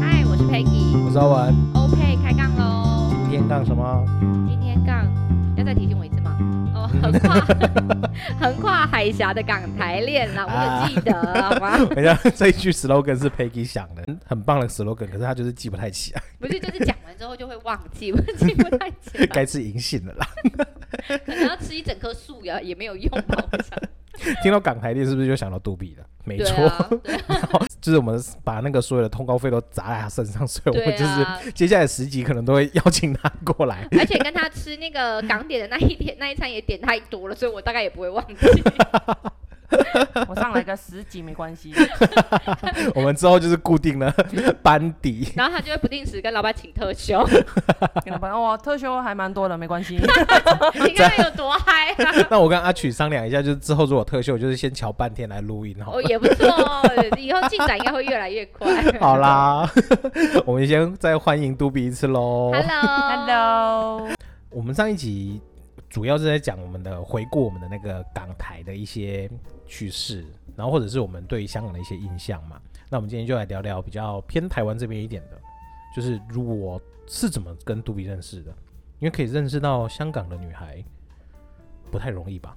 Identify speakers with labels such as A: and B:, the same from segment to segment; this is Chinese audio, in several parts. A: 嗨，我是 Peggy，
B: 我是阿文，
A: 欧佩开杠喽！
B: 今天干什么？
A: 今天杠要再提醒我一次吗？哦，横跨 横跨海峡的港台恋
B: 啊
A: 啦，我有记得、好吗？
B: 人家 这一句 slogan 是 Peggy 想的，很棒的 slogan，可是他就是记不太起来，
A: 不是，就是讲完之后就会忘记，我记不太起来，
B: 该吃银杏了啦。
A: 可能要吃一整棵树呀，也没有用吧？我想，
B: 听到港台地是不是就想到杜比了？没
A: 对
B: 错，
A: 啊，对啊，
B: 就是我们把那个所有的通告费都砸在他身上，所 以我们
A: 对
B: 就是、
A: 啊。
B: 接下来十集可能都会邀请他过来。
A: 而且跟他吃那个港点的那一天那一餐也点太多了，所以我大概也不会忘 记。
C: 我上来个十集没关系，
B: 我们之后就是固定的 班底，
A: 然后他就会不定时跟老板请特休，
C: 跟老板哇，特休还蛮多的，没关系。
A: 你看他有多嗨啊！
B: 那我跟阿曲商量一下，就是之后如果特秀，就是先瞧半天来录音哈。
A: 哦，也不错哦， 以后进展应该会越来越快。
B: 好啦， 我们先再欢迎杜比一次喽。
A: ，Hello，Hello，
C: Hello，
B: 我们上一集主要是在讲我们的回顾我们的那个港台的一些趣事，然后或者是我们对香港的一些印象嘛。那我们今天就来聊聊比较偏台湾这边一点的，就是如我是怎么跟杜比认识的，因为可以认识到香港的女孩不太容易吧？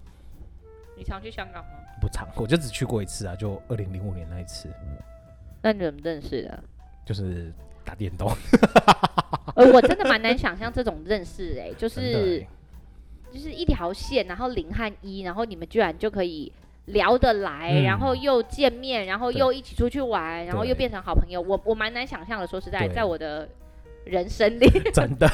A: 你常去香港吗？
B: 不长，我就只去过一次啊，就二零零五年那一次，
A: 那你怎么认识 的？
B: 就是打电动，
A: 呃，我真的蛮难想象这种认识哎、就
B: 真的
A: 是
B: 欸
A: 就是一条线，然后零和一，然后你们居然就可以聊得来，
B: 嗯
A: 然后又见面，然后
B: 对
A: 又一起出去玩，然后又
B: 对
A: 变成好朋友。我我蛮难想象的，说实在，
B: 对
A: 在我的人生里，
B: 真的，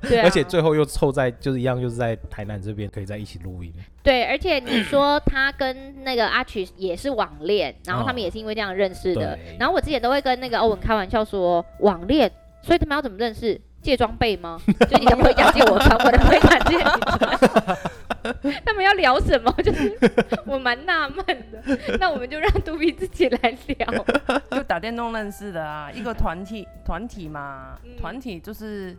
A: 对、啊，
B: 而且最后又凑在就是一样，就是在台南这边可以在一起录音，
A: 对，而且 你说他跟那个阿曲也是网恋，然后他们
C: 哦
A: 也是因为这样认识的。
B: 对
A: 然后我之前都会跟那个欧文开玩笑说，网恋，所以他们要怎么认识？借装备 吗？就你的盔甲借我穿，我的盔甲借你穿。 他们要聊什么？就是我蛮纳闷的。那我们就让杜比自己来聊。
C: 就打电动认识的啊，一个团体团体嘛
A: 嗯，
C: 团体就是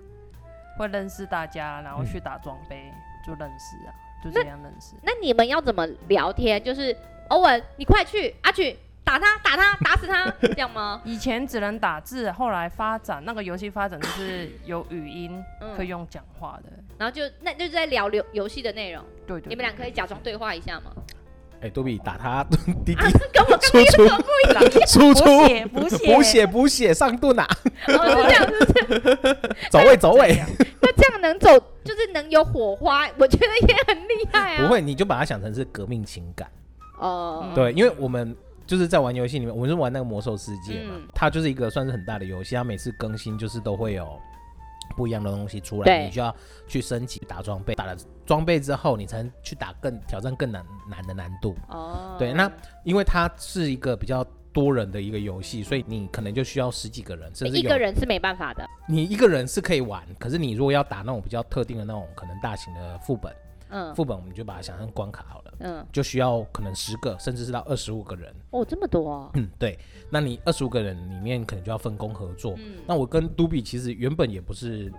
C: 会认识大家，然后去打装备就认识啊，就这样认识。
A: 那你们要怎么聊天？就是欧文，你快去，阿曲打他，打他，打死他，这样吗？
C: 以前只能打字，后来发展那个游戏发展就是有语音
A: 嗯
C: 可以用讲话的，
A: 然后就那就是在聊游游戏的内容。
C: 对对。
A: 你们俩可以假装对话一下吗？
B: 哎、杜比打他 滴滴
A: 啊，这跟我
B: 输出输出
C: 补血补
B: 补血补血上盾啊，
A: 哦是这 样，是这样。
B: 走位走
C: 对
B: 位，
C: 呀，
A: 那这样能走，就是能有火花，我觉得也很厉害啊。
B: 不会你就把它想成是革命情感，
A: 哦，
C: 嗯
B: 对，因为我们。就是在玩游戏里面，我们是玩那个魔兽世界嘛，
A: 嗯
B: 它就是一个算是很大的游戏，它每次更新就是都会有不一样的东西出来，
A: 对
B: 你就要去升级打装备，打了装备之后，你才能去打更挑战更难难的难度。
A: 哦，
B: 对那因为它是一个比较多人的一个游戏，所以你可能就需要十几个人，甚至
A: 一
B: 有
A: 个人是没办法的。
B: 你一个人是可以玩，可是你如果要打那种比较特定的那种可能大型的副本，
A: 嗯
B: 副本我们就把它想象关卡好了，
A: 嗯，
B: 就需要可能十个甚至是到二十五个人。
A: 哦，这么多哦，
B: 嗯，对，那你二十五个人里面可能就要分工合作。
A: 嗯，
B: 那我跟都比其实原本也不是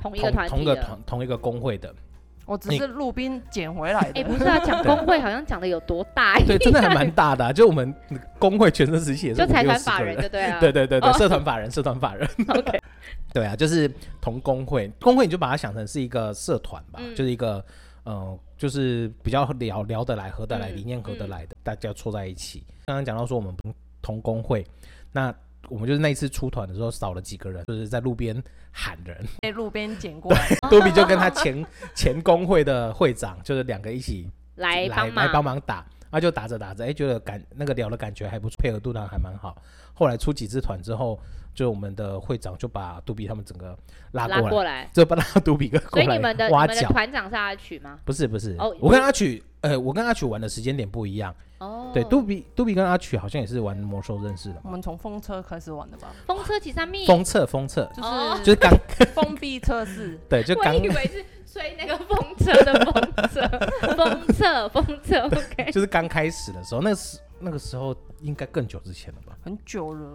A: 同一个
B: 同
A: 团
B: 同
A: 体
B: 个
A: 的。
B: 同同一个工会的，
C: 我只是路边捡回来
A: 哎，
C: 的。
A: 不是啊，讲工会好像讲的有多大，
B: 对，真的还蛮大的、啊。就我们工会全身时期也 是
A: 就
B: 五
A: 财
B: 六
A: 团
B: 十
A: 法
B: 个
A: 人
B: 人。
A: 就对啊。
B: 对对对对，
A: 哦
B: 社团法人，社团法人。
A: ，OK，
B: 对啊，就是同工会，工会你就把它想成是一个社团吧，
A: 嗯
B: 就是一个，呃，就是比较聊聊得来、合得来、
A: 嗯
B: 理念合得来的，大家凑在一起。刚刚讲到说我们同工会，那我们就是那一次出团的时候少了几个人，就是在路边喊人，
C: 被路边捡过来，
B: 多比就跟他前 前工会的会长，就是两个一起
A: 来
B: 来
A: 帮
B: 来
A: 忙，
B: 帮忙打，那、就打着打着，哎、觉得感那个聊的感觉还不错，配合度呢还蛮好。后来出几次团之后，就我们的会长就把杜比他们整个拉过
A: 拉
B: 来。
A: 过来。
B: 就把他杜比哥过
A: 所以
B: 来
A: 你 们的你
B: 挖
A: 们的
B: 角。
A: 团长是阿曲吗？
B: 不是不是，
A: 哦
B: 我跟阿曲，呃，我跟阿曲玩的时间点不一样。
A: 哦，
B: 对，杜比杜比跟阿曲好像也是玩魔兽认识的嘛。
C: 我们从风车开始玩的吧，
A: 风车骑上密，
B: 封测封测，
C: 就
A: 哦
C: 是
B: 就 是刚
C: 封闭测试，
B: 对，就刚
A: 我以为是吹那个风车的风 车，风车，风车，OK。
B: 就是刚开始的时候，那时那个时候应该更久之前了吧？
C: 很久了。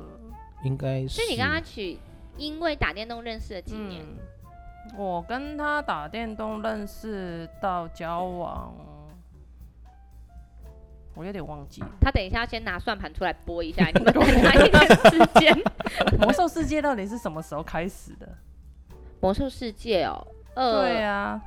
B: 应该是
A: 所以你跟阿曲因为打电动认识了几年？
C: 嗯，我跟他打电动认识到交往我有 点忘记了
A: 他等一下先拿算盘出来拨一下，你 们等他一点时间。
C: 魔兽世界到底是什么时候开始的？
A: 魔兽世界哦，
C: 对
A: 呃，
C: 啊，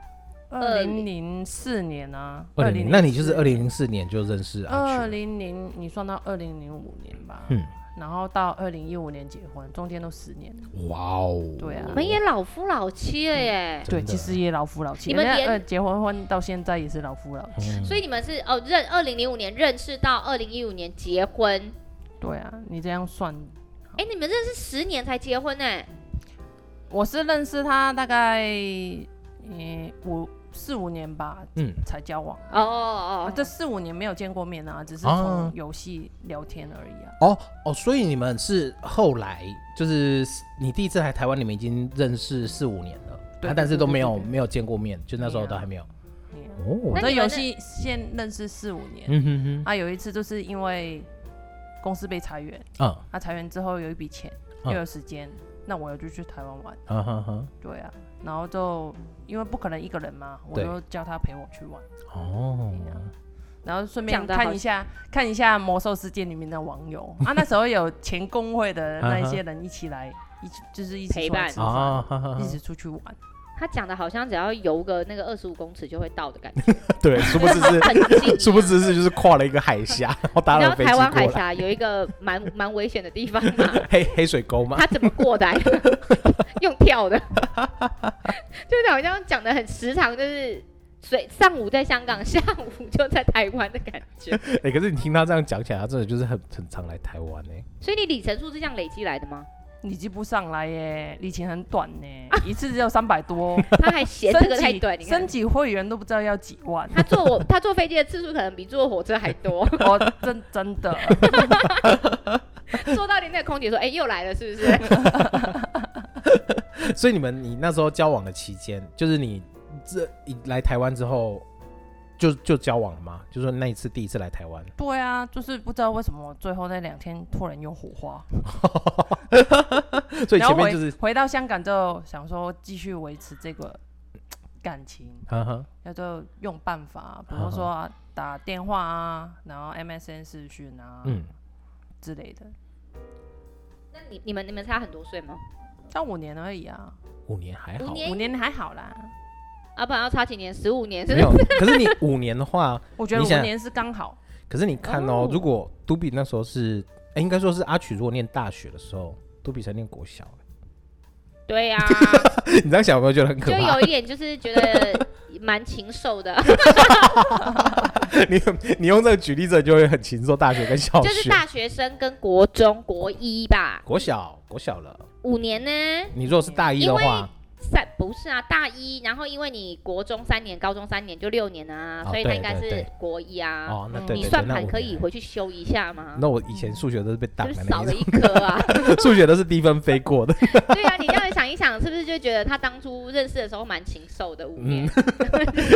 C: 二
A: 二
C: 零
A: 零
C: 零四年啊，
B: 二零零，那你就是二
C: 零
B: 零零四年就认识阿
C: 二
B: 曲了，
C: 零零，你算到二零零五年吧，
B: 嗯
C: 然后到二零一五年结婚，中间都十年了。
B: 哇哦，
C: 对啊
A: 我们也老夫老妻了耶，
B: 真
C: 对，
B: 的
C: 其实也老夫老妻，
A: 你们
C: 人家
A: 连
C: 呃结婚婚到现在也是老夫老妻。
B: 嗯
A: 所以你们是哦认二零零五年认识到二零一五年结婚，
C: 对啊，你这样算，
A: 哎，你们认识十年才结婚呢？
C: 我是认识他大概嗯五四五年吧
B: 嗯，
C: 才交往，
A: 哦哦
C: 啊
A: 哦，
C: 这四五年没有见过面啊，只是
B: 啊
C: 从游戏聊天而已啊。
B: 哦哦，所以你们是后来就是你第一次来台湾，你们已经认识四五年了，
C: 对
B: 啊但是都
C: 对对
B: 没有
C: 对对
B: 没有见过面，就那时候
C: 没有
B: 都还没有
C: 嗯
B: 哦
C: 我
A: 那，
C: 在
A: 你
C: 游
A: 们
C: 戏先认识四五年，
B: 嗯哼
C: 啊，有一次就是因为公司被裁员，
B: 哼，嗯
C: 啊，裁员之后有一笔钱，
B: 嗯
C: 又有时间，那我就去台湾玩，
B: 啊哈哈，
C: 对啊，然后就因为不可能一个人嘛，我
B: 对
C: 就叫他陪我去玩，
B: 哦，
C: 啊然后顺便
A: 讲得好
C: 看一下看一下魔兽世界里面的网 友啊，那时候有前工会的那一些人一起来，一起就是一起
A: 嗯陪
C: 出来
A: 伴
C: 吃
B: 啊
C: 饭，
B: 哈哈哈
C: 一，起出去玩，
A: 他讲的好像只要游个那个二十五公尺就会到的感觉，
C: 啊
B: 对，殊不知是
A: 很近一
B: 殊不
A: 样。
B: 知是就是跨了一个海峡，然后搭
A: 你知
B: 了
A: 道
B: 飞机
A: 台湾海
B: 过来，
A: 峡有一 个蛮蛮危险的地方吗？
B: 黑黑水沟嘛，
A: 他怎么过来的？ 用跳的， 就是好像讲的很时常，就是水上午在香港， 下午就在台湾的感觉。
B: 哎、可是你听他这样讲起来，他真的就是很很常来台湾欸呢、
A: 所以你里程数是这样累积来的吗？
C: 你记不上 来耶，里程很短呢，一次只有三百多。
A: 他还嫌这个太短，你看，
C: 升。级会员都不知道要几万
A: 他坐我，他坐飞机的次数可能比坐火车还多。
C: 哦，真 真的，
A: 坐到你那个空姐说：“哎、又来了，是不是
B: 所以你们你那时候交往的期间，就是你这一来台湾之后，就就交往了吗？就说那一次第一次来台湾，
C: 对啊，就是不知道为什么最后那两天突然有火花，
B: 所以
C: 然后
B: 前
C: 回
B: 面就是，
C: 回到香港之后想说继续维持这个感情，
B: 哈哈，
C: 那就用办 法，比如说、啊、打电话啊，然后 MSN 视讯啊、
B: 嗯，
C: 之类的，？”
A: 那你你们你们差很多岁吗？
C: 到五年而已啊，
B: 五年还
A: 五
B: 好，
A: 年
C: 五年还好啦，
A: 啊，不然要差几年？十五年是
B: 没
A: 不是？
B: 有。可是你五年的话，
C: 我觉得
B: 你想
C: 五年是刚好，
B: 可是你看哦，
A: 哦
B: 如果都比那时候是，哎、应该说是阿曲，如果念大学的时候，都比才念国小、
A: 对呀、
B: 你这样想有没有觉得很可
A: 就
B: 怕？
A: 有一点就是觉得蛮禽兽的，
B: 你你用这个举例，这就会很禽兽，大学跟小学，
A: 就是大学生跟国中国一吧，
B: 国小国小了。
A: 五年呢？
B: 你如果是大一的话，
A: 三不是啊，大一，然后因为你国中三年，高中三年，就六年啊，
B: 哦
A: 所以他
B: 对
A: 应该
B: 对
A: 是
B: 对
A: 国一啊。
B: 哦，那对对
A: 你
B: 对，
A: 算
B: 那
A: 盘
B: 我
A: 可以
B: 明白
A: 回去修一下吗？
B: 那我以前数学都是被挡
A: 就是
B: 的
A: 少
B: 那
A: 了
B: 一
A: 一科 啊，
B: 种，数学都是低分飞过的。
A: 对啊，你这样想一想，是不是就觉得他当初认识的时候蛮禽兽的五年？
B: 嗯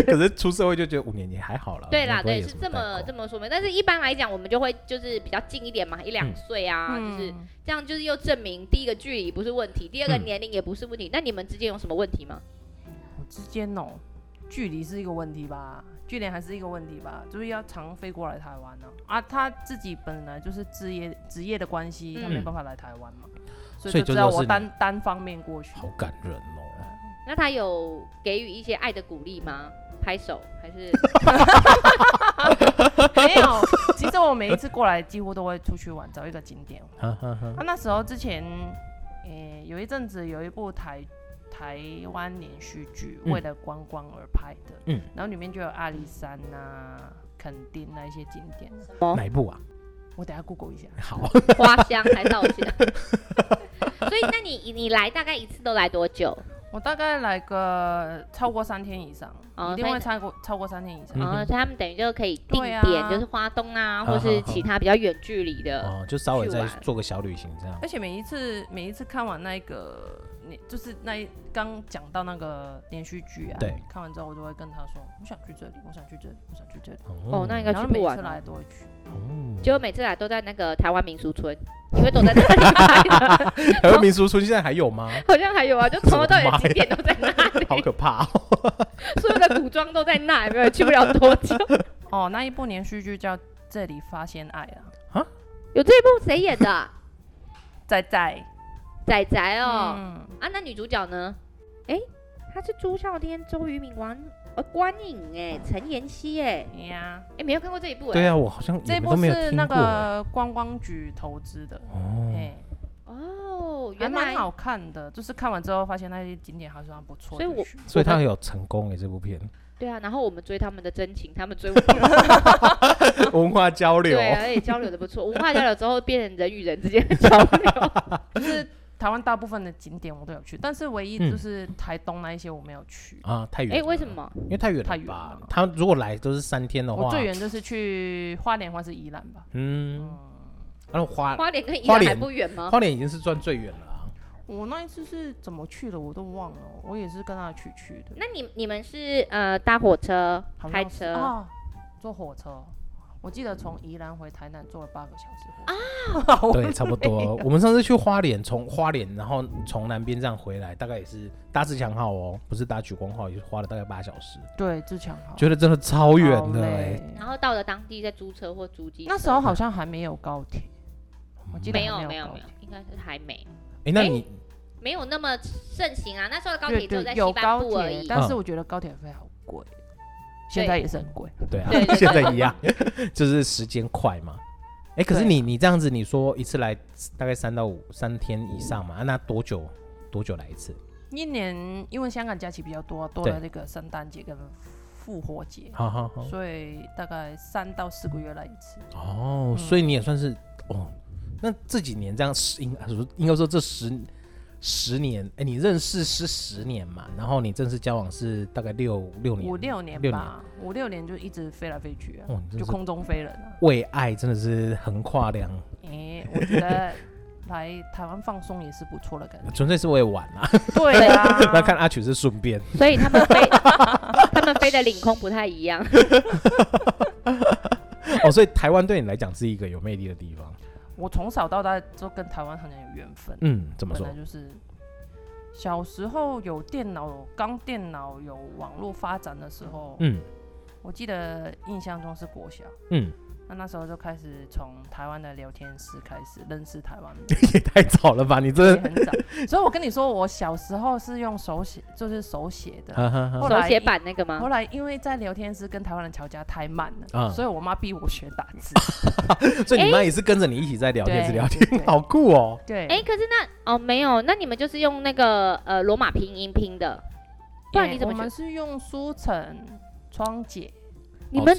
B: 可是出社会就觉得五年也还好了。
A: 对啦，
B: 不会
A: 对，
B: 有
A: 是
B: 什
A: 这么
B: 代
A: 这么说嘛。但是一般来讲，我们就会就是比较近一点嘛，一两
B: 嗯
A: 岁啊，就是
C: 嗯
A: 这样就是又证明第一个距离不是问题，第二个
B: 嗯
A: 年龄也不是问题。那你们之间有什么问题吗？
C: 我之间哦，距离是一个问题吧，距离还是一个问题吧，就是要常飞过来台湾呢、啊。他自己本来就是职业职业的关系，他没
B: 嗯
C: 办法来台湾嘛，所
B: 所以
C: 以就
B: 这
C: 知道
B: 就是
C: 我
B: 你
C: 单单方面过去
B: 沟。好感人哦。
A: 那他有给予一些爱的鼓励吗？拍手还是
C: 没有，其实我每一次过来几乎都会出去玩，找一个景点。
B: 哈哈哈
C: 啊，那时候之前，诶、有一阵子有一部台台湾连续剧，
B: 嗯
C: 为了观光而拍的，
B: 嗯
C: 然后里面就有阿里山呐、啊、垦丁那一些景点。
A: 哦
B: 哪一部啊？
C: 我等一下 Google 一下。
B: 好，
A: 花香还是稻香？ 所以，那你你来大概一次都来多久？
C: 我大概来个超过三天以上，
A: 哦
C: 一定
A: 所以
C: 会超过超过三天以上。
B: 嗯
A: 然后、
B: 哼
A: 所以他们等于就可以定
C: 对啊
A: 点，就是花东啊，或
B: 好好
A: 是
B: 好
A: 其他比较远距离的。
B: 哦，就稍微
A: 去
B: 再
A: 玩
B: 做个小旅行这样。
C: 而且每一次每一次看完那一个，你就是那一刚讲到那个连续剧啊，
B: 对，
C: 看完之后我就会跟他说，我想去这里，我想去这里，我想去这里。
B: 嗯
A: 哦那应该
C: 然后
A: 去不
C: 每
A: 完
C: 次
A: 啊
C: 来都会去，
B: 哦
A: 结果每次来都在那个台湾民俗村，因为都在那里拍的，
B: 台湾民俗村现在还有吗？
A: 好像还有啊，就从头到尾的景点都在那里，
B: 好可怕哦！
A: 所有的古装都在那，有没有？去不了多久。
C: 哦，那一部连续剧叫《这里发现爱啊，
A: 有这一部谁演的啊？
C: 在在
A: 仔仔哦。
C: 嗯，
A: 啊，那女主角呢？哎、她是朱孝天、周渝民、王呃关颖哎、陈妍希哎、
C: 嗯呀，
A: 哎、没有看过这一部哎、
B: 对啊，我好像
C: 这
B: 你们
C: 部
B: 都没有
C: 是
B: 听
C: 那
B: 过欸。
C: 个观光局投资的，
B: 哦，
C: 哎，
A: 哦，
C: 还
A: 原来
C: 啊蛮好看的，就是看完之后发现那些景点还算不错，
A: 所以
C: 就
A: 我
C: 去
B: 所以他有成功哎诶，这部片
A: 对啊。然后我们追他们的真情，他们追我们的
B: 文化交流
A: 对，而且交流的不错。文化交流之后变成人与人之间的交流。
C: 就是台湾大部分的景点我都有去，但是唯一
B: 嗯
C: 就是台东那一些我没有去。
B: 啊，太远。
A: 哎、为什？么？
B: 因为太远
C: 太
B: 了哦
C: 远
B: 吧
C: 了？
B: 他如果来都是三天的
C: 我
B: 话，
C: 最远就是去花莲或是宜兰吧。
B: 嗯，那花
A: 花莲跟宜
B: 花
A: 兰
B: 莲
A: 还不远吗？
B: 花莲已经是算最远了啊。
C: 我那一次是怎么去的我都忘了，我也是跟他去去的，
A: 那你你们是呃搭火车、
C: 好像
A: 开
C: 是
A: 车？
C: 啊，坐火车。我记得从宜兰回台南坐了八个小时啊，我
B: 对，差不 多。我们上次去花莲，从花莲，然后从南边这样回来，大概也是搭自强号哦，不是搭莒光号，也是花了大概八小时，
C: 对自强好
B: 觉得真的超远
C: 哦好
B: 的
C: 累
B: 哎、
A: 然后到了当地再租车或租机车。
C: 那时候好像还没有高铁，
B: 嗯
C: 我记得
A: 没有
C: 还
A: 没有
C: 高
A: 没有
C: 铁，
A: 应该是还没
B: 哎、那你
A: 没有那么盛行啊。那时候的高铁
C: 对
A: 只有在
C: 对，
A: 西
C: 有
A: 半
C: 高
A: 部而
C: 铁
A: 已，。
C: 但是我觉得高铁费好贵，现在也是很贵。
B: 对啊，
A: 对对对
B: 现在一样， 就是时间快嘛。哎、可是
C: 对
B: 你你这样子，你说一次来大概三到五三天以上嘛，啊那多久多久来一次？
C: 一年因为香港假期比较多，多
B: 对哦
C: 了那个圣诞节跟复活节，
B: 好好好，
C: 所以大概三到四个月来一次。嗯
B: 哦，所以你也算是哦，那这几年这样十应该说应该说这十十年，哎、你认识是十年嘛，然后你正式交往是大概六六年，
C: 五六年
B: 六年，
C: 吧，五六年就一直飞来飞去啊，
B: 哦，你真
C: 就是空中飞人 啊。
B: 为爱真的是横跨两，
C: 诶、我觉得来台湾放松也是不错 的感觉。
B: 纯粹是为玩啊。，
C: 对啊
B: 那看阿曲是顺便，
A: 所以他们 飞他们飞的领空不太一样。
B: 哦，所以台湾对你来讲是一个有魅力的地方。
C: 我从小到大都跟台湾很有缘分，
B: 嗯，怎么
C: 本
B: 说
C: 来？就是。小时候有电脑，刚电脑有网络发展的时候，
B: 嗯
C: 我记得印象中是国小，
B: 嗯，
C: 那那时候就开始从台湾的聊天室开始认识台 湾，
B: 也太早了吧？你
C: 也
B: 这，
C: 很早。所以我跟你说，我小时候是用手写，就是手写的。
B: 哈哈哈
C: 后
A: 手
C: 来
A: 写版那个
C: 后
A: 吗？
C: 来因为在聊天室跟台湾人吵架太慢了，
B: 嗯
C: 所以我妈逼我学打字。
B: 所以你妈也是跟着你一起在聊天，
C: 对
B: 是聊
C: 对
B: 天，
C: 对
B: 好酷哦。
C: 对，
A: 哎、可是那哦没有，那你们就是用那个呃罗马拼音拼的，不然
C: 哎
A: 你怎么
C: 我
A: 学
C: 们是用书城窗姐，
A: 你们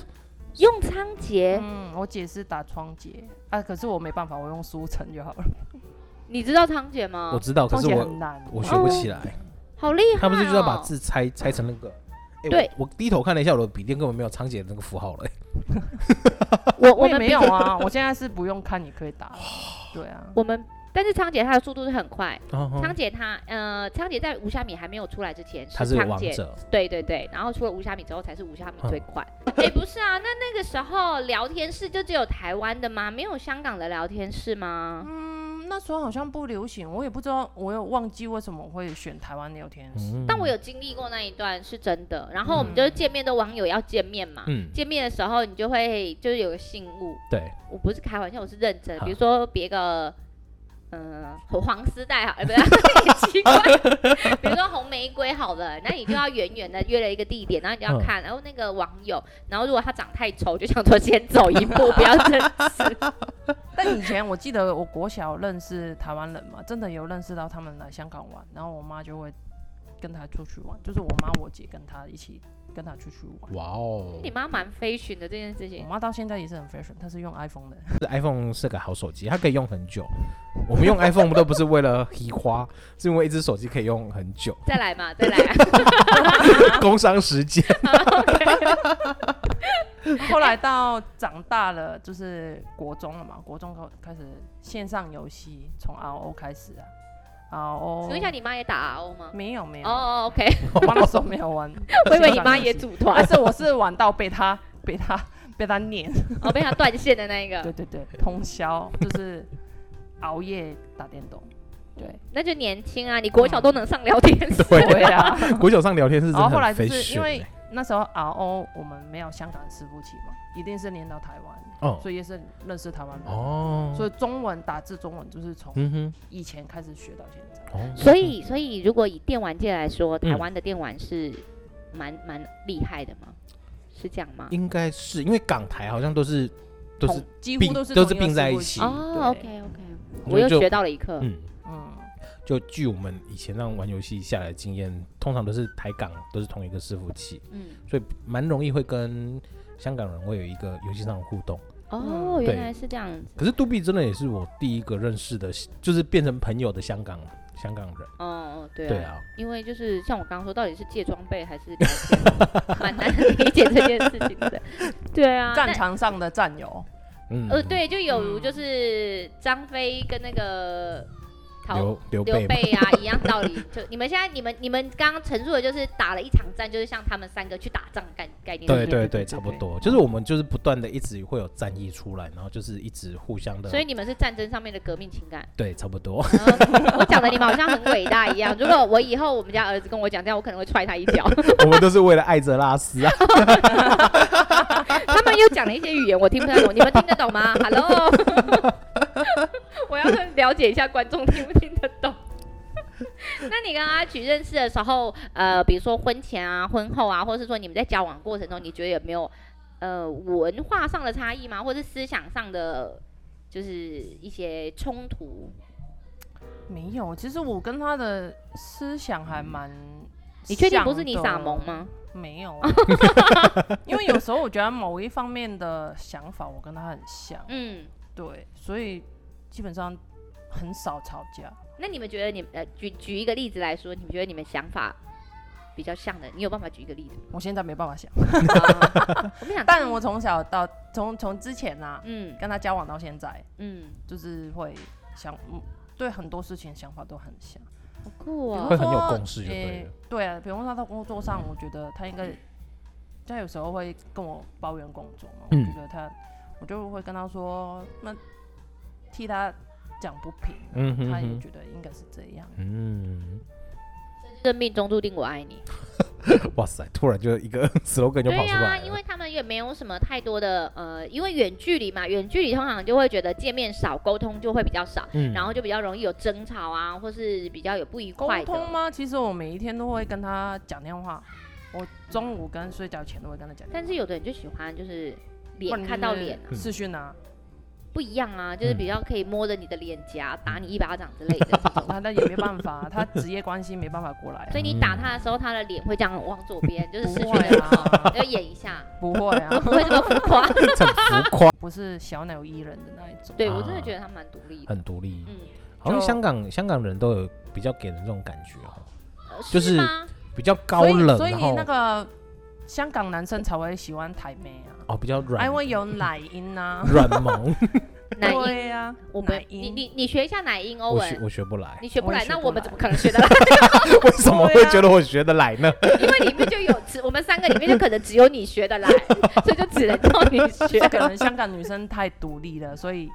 A: 用仓颉，
C: 哦嗯，我姐是打窗姐啊，可是我没办法，我用书城就好了。
A: 你知道仓颉
B: 我
A: 吗？
B: 知道，可
C: 窗
B: 是
C: 姐
B: 我
C: 很难，哦
B: 我学不起来。
A: 好厉害、哦！
B: 他不是就是要把字拆拆成那个？哎我
A: 对
B: 我低头看了一下，我的笔电根本没有仓颉的那个符号了、哎
A: 我我
C: 我也
A: 们
C: 没
A: 比
C: 有 啊，我现在是不用看也可以打。对啊，
A: 我们，但是仓颉他的速度是很快。
B: 哦哦
A: 仓颉他呃，仓颉在无虾米还没有出来之前，
B: 他是
A: 仓
B: 王
A: 颉
B: 者，
A: 对对对，然后出了无虾米之后才是无虾米最快。哎、不是啊，那那个时候聊天室就只有台湾的吗？没有香港的聊天室吗？
C: 嗯，那时候好像不流行，我也不知道，我有忘记为什么会选台湾聊天室。
B: 嗯
A: 但我有经历过那一段是真的，然后我们就是见面都网友要见面嘛，
B: 嗯，
A: 见面的时候你就会就是有个信物，
B: 对，
A: 我不是开玩笑，我是认真的，
C: 啊
B: 好
A: 比如说别个。嗯，红黄丝带好，哎、不是， 奇怪。比如说红玫瑰好了，那你就要远远的约了一个地点，然后
C: 嗯
A: 你就要看，然后那个网友，然后如果他长太丑，就想说先走一步，不要争执。
C: 但以前我记得我国小认识台湾人嘛，真的有认识到他们来香港玩，然后我妈就会跟他出去玩，就是我妈我姐跟他一起跟他出去玩。
B: 哇哦
A: 你妈蛮飞寻的这件事
C: 我
A: 情，
C: 妈到现在也是很 fashion，她是用 iPhone 的。
B: ，iPhone 是个好手机，它可以用很久。我们用 iPhone 都不是为了 移花，是因为一只手机可以用很久，
A: 再来嘛，再来啊、
C: 哦
B: 工伤时间。
C: 后来到长大了，就是国中了嘛，国中开开始线上游戏，从 RO 开始啊，RO。
A: 请问一下，你妈也打 RO 吗？
C: 没有没有，
A: 哦、o k。
C: 我妈那时候没有玩
A: 我以为你妈也组团
C: 但，是我是玩到被他被他被他 念，
A: 哦，被他断线的那一
C: 对
A: 个，
C: 对对，通宵就是熬夜打电 动，对
A: 那就年轻啊，你国小都能上聊天室，
B: 对
C: 对啊，
B: 国九上聊天是真
C: 然
B: 的
C: 后后
B: 很
C: 来
B: f
C: 就
B: a
C: 是因为那时候 RO 我们没有香港伺服器嘛，一定是连到台湾，
B: 哦
C: 所以也是认识台湾人。
B: 哦，
C: 所以中文打字中文就是从
B: 嗯
C: 以前开始学到现在。
B: 哼，哦
A: 所以，所以如果以电玩界来说，台
B: 嗯
A: 湾的电玩是蛮蛮厉害的吗？是这样吗？
B: 应该是因为港台好像都是都是
C: 同几
B: 并
C: 乎都是
B: 都是
C: 同个
B: 并在
C: 伺服
B: 一
C: 器
B: 起
A: 哦
C: 对
A: ，OK OK，
B: 因
A: 我
B: 为
A: 又
B: 就
A: 学到了一课。
B: 嗯，
C: 嗯，
B: 就据我们以前让玩游戏下来的经验，通常都是台港都是同一个伺服器，
A: 嗯，
B: 所以蛮容易会跟香港人会有一个游戏上的互动。
A: 哦，
B: 嗯
A: 原
B: 对
A: 来是这样子。
B: 可是杜比真的也是我第一个认识的，就是变成朋友的香港香港人。
A: 哦哦，对
B: 对啊，
A: 因为就是像我刚刚说，到底是借装备还是聊天蛮难理解这件事情 的。对啊，
C: 战
A: 那
C: 场上的战友，
B: 嗯，
A: 呃，对，就有如
C: 嗯
A: 就是张飞跟那个陶
B: 刘刘
A: 刘
B: 备嘛，
A: 备啊一样道理。就你们现在你们你们刚刚陈述的就是打了一场战，就是像他们三个去打仗的概概念。
B: 对对
C: 对
B: 对，
C: 对对
B: 差不
C: 对
B: 多，就是我们就是不断的一直会有战役出来，然后就是一直互相的，
A: 所以你们是战争上面的革命情感。
B: 对，差不多。
A: 呃我讲的你们好像很伟大一样。如果我以后我们家儿子跟我讲这样，我可能会踹他一脚。
B: 我们都是为了艾泽拉斯啊，
A: 他们又讲了一些语言，我听不太懂，你们听得懂吗？Hello，我要了解一下观众听不听得懂。 那你跟阿曲认识的时候，呃，比如说婚前啊、婚后啊，或者是说你们在交往过程中，你觉得有没有呃文化上的差异吗？或者是思想上的，就是一些冲突？
C: 没有。其实我跟他的思想还蛮……
A: 你确定不是你傻萌？吗？
C: 没有，因为有时候我觉得某一方面的想法我跟他很像，
A: 嗯，
C: 对，所以基本上很少吵架。
A: 那你们觉得你们呃举举一个例子来说，你们觉得你们想法比较像的，你有办法举一个例子吗？
C: 我现在没办法 想，
A: 我们想，
C: 但我从小到从从之前呐、
A: 嗯
C: 跟他交往到现在，
A: 嗯，
C: 就是会想，嗯对很多事情想法都很像。
A: 好酷
C: 比
A: 哦
C: 如
B: 会很有
C: 说
B: 共识就对
C: 诶
B: 了
C: 对啊，比如说他在工作上，我觉得他应该，他有时候会跟我抱怨工作嘛，我
B: 嗯
C: 觉得他，我就会跟他说，那替他讲不平啊，
B: 嗯哼
C: 他也
B: 哼，
C: 觉得应该是这样。
B: 嗯，
A: 生命中注定我爱你。
B: 哇塞，突然就一个 slogan 就
A: 对
B: 跑出
A: 呀、
B: 来了，
A: 因为他们也没有什么太多的呃，因为远距离嘛，远距离通常就会觉得见面少，沟通就会比较少，
B: 嗯
A: 然后就比较容易有争吵啊，或是比较有不愉
C: 沟
A: 快
C: 通
A: 的。
C: 吗？其实我每一天都会跟他讲电话，我中午跟睡觉前都会跟他讲电话。
A: 但是有的人就喜欢就是
C: 不
A: 脸
C: 然就是
A: 看到脸啊，
C: 视讯啊，
A: 不一样啊，就是
B: 嗯
A: 比较可以摸着你的脸颊，打你一巴掌之类的这 种。
C: 他那也没办法，他职业关系没办法过来啊。
A: 所以你打他的时候，他的脸会这样往左 边，就是
C: 不
A: 失去
C: 会
A: 的，
C: 啊，
A: 要演一下，
C: 不会啊，
A: 不会这么浮 夸。
B: 很浮夸，
C: 不是小鸟依人的那一种。
A: 对我真的
B: 啊
A: 觉得他蛮独立的，
B: 很独立，
A: 嗯，
B: 好像
C: 就
B: 香港香港人都有比较给人这种感觉哦，
A: 呃
B: 就是
A: 吗？
B: 比较高
C: 所以
B: 冷，
C: 所以
B: 然后
C: 那个香港男生才会喜欢台妹啊，
B: 哦比较软。
C: 因为有奶音啊
B: 软萌，
A: 奶音
C: 对呀，
A: 我
C: 奶
A: 们你
C: 音
A: 你你学一下奶音，欧
B: 我学
A: 文，
B: 我学不来，
A: 你学不
C: 我也
A: 来，
C: 学
A: 那
C: 不
A: 我们
C: 来
A: 怎么可能学得来？
B: 为什么会
C: 对啊
B: 觉得我学得来呢？
A: 因为里面就有只我们三个里面就可能只有你学 得来，所以就只能靠你学
C: 就。可能香港女生太独立了，所以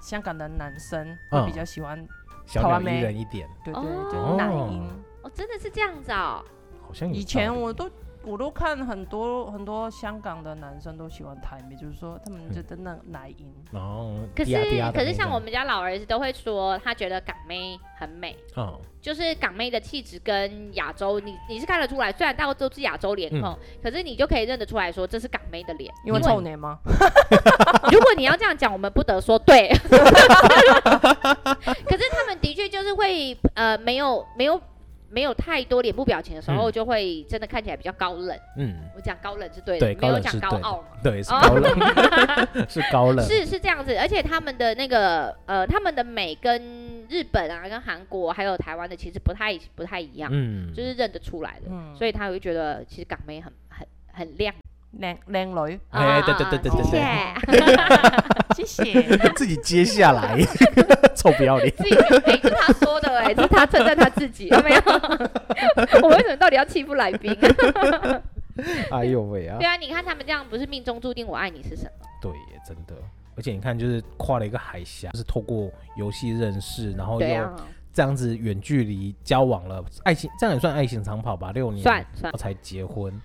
C: 香港的男生
B: 嗯
C: 会比较喜欢，
B: 小
C: 台
B: 鸟
C: 湾
B: 依
C: 妹
B: 人一点，
C: 对对，
A: 哦
C: 就是奶音。
A: 哦，真的是这样子哦。
B: 好像有
C: 以
B: 道
C: 前
B: 理
C: 我都我都看很多很多香港的男生都喜欢台妹，就是说他们
B: 嗯
C: 觉得那奶音，
B: 哦，
A: 可是
C: 啊
B: 嗲嗲的
A: 可是
B: 那
A: 像
B: 种
A: 我们家老儿子都会说，他觉得港妹很美。
B: 哦
A: 就是港妹的气质跟亚洲，你你是看得出来，虽然大家都是亚洲
C: 嗯
A: 脸孔，可是你就可以认得出来说这是港妹的脸。
C: 因为臭脸吗？
A: 如果你要这样讲，我们不得说对。 可是他们的确就是会呃，没有没有没有太多脸部表情的时候，就会真的看起来比较高冷。
B: 嗯，
A: 我讲高冷是对的，
B: 对，
A: 没
B: 高
A: 有
B: 冷
A: 讲
B: 是对
A: 高傲
B: 的
A: 嘛。，
B: 对是
A: 哦
B: 高冷， 是高冷，
A: 是是这样子，而且他们的那个呃，他们的美跟日本啊、跟韩国还有台湾的其实不太不太一样，
B: 嗯，
A: 就是认得出来的，
C: 嗯
A: 所以他会觉得其实港妹很很很亮。
C: 靓靓女，
B: 哎
A: 啊
B: 对
A: 啊
B: 对对对
A: 谢
B: 对
A: 谢。
C: 谢谢。
B: 自己接下来， 臭不要脸。
A: 自己哎、是他说 的哎、是他称赞他自己，没有？ 我为什么到底要欺负来 宾？
B: 哎呦喂啊
A: 对！啊，你看他们这样，不是命中注定我爱你是什么？
B: 对耶，真的。而且你看，就是跨了一个海峡，就是透过游戏认识，然后
A: 对
B: 又
A: 啊，
B: 这样子远距离交往了，爱情这样也算爱情长跑吧，六年
A: 算算
B: 才结婚。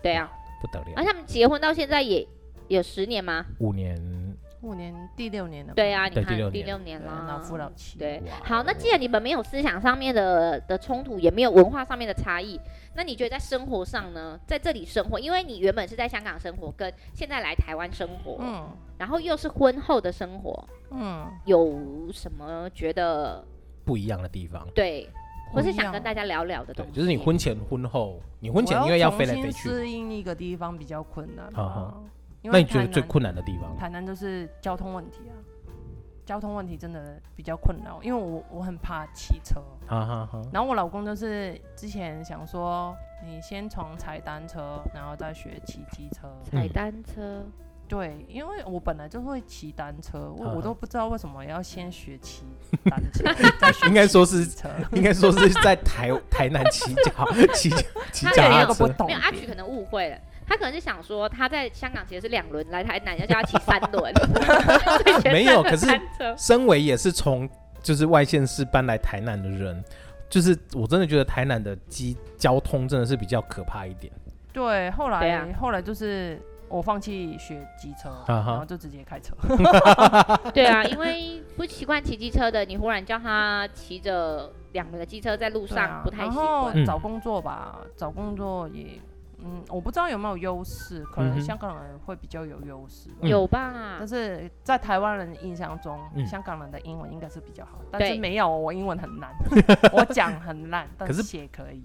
A: 对啊，
B: 不得
A: 而
B: 了，
A: 他们结婚到现在也有十年吗？
B: 五年
C: 五年第六年了吧，
A: 对啊，你
B: 对
A: 看
B: 第六
A: 第
B: 年
A: 六年
C: 对啊
A: 啦，
C: 老夫老妻，
A: 对
B: 哇，
A: 好，那既然你们没有思想上面的的冲突，也没有文化上面的差异，那你觉得在生活上呢，在这里生活，因为你原本是在香港生活，跟现在来台湾生活，
C: 嗯
A: 然后又是婚后的生活，
C: 嗯，
A: 有什么觉得
B: 不一样的地方，
A: 对，或是想跟
C: 家
A: 大家聊聊的东
B: 对，
A: 西？
B: 就是你婚前婚后，你婚前因为要飞来飞去，
C: 适应一个地方比较困难
B: 好
C: 吧
B: 好，
C: 因
B: 那
C: 为
B: 你觉得
C: 台
B: 最
C: 南
B: 困难的地方？
C: 台南就是交通问题啊，交通问题真的比较困扰，因为我我很怕骑车，
B: 哈啊哈哈，
C: 然后我老公就是之前想说，你先从踩单车，然后再学骑机车。
A: 踩单车，
C: 对，因为我本来就会骑单车，我
B: 啊
C: 我都不知道为什么要先学骑单 车，再学
B: 应该
C: 骑
B: 说是
C: 机车，
B: 应该说是在台 台南骑脚骑骑脚
A: 他有一个
B: 踏
C: 那个不
B: 车，
C: 懂
A: 没有阿曲可能误会了。他可能是想说，他在香港骑的是两轮，来台南要叫他骑三轮， 所以学
B: 没
A: 三
B: 有
A: 轮
B: 可是
A: 单车
B: 身为也是从就是外县市搬来台南的人，就是我真的觉得台南的机交通真的是比较可怕一点。
C: 对，后
A: 对
C: 来、
A: 啊
C: 后来就是我放弃学机车，
B: 啊哈
C: 然后
B: 哈，
C: 就直接开车。
A: 对啊，因为不习惯骑机车的，你忽然叫他骑着两轮的机车在路
C: 对啊
A: 上，不太
C: 然
A: 习
C: 后
A: 惯。
B: 嗯
C: 找工作吧，找工作也，嗯，我不知道有没有优势，可
B: 嗯
C: 能
B: 哼
C: 香港人会比较有优势吧。
B: 嗯
A: 有吧
C: 但？是在台湾人印象中，
B: 嗯
C: 香港人的英文应该是比较好，但是
A: 对
C: 没有，哦我英文很 烂，我讲很烂，但
B: 可是
C: 写可以。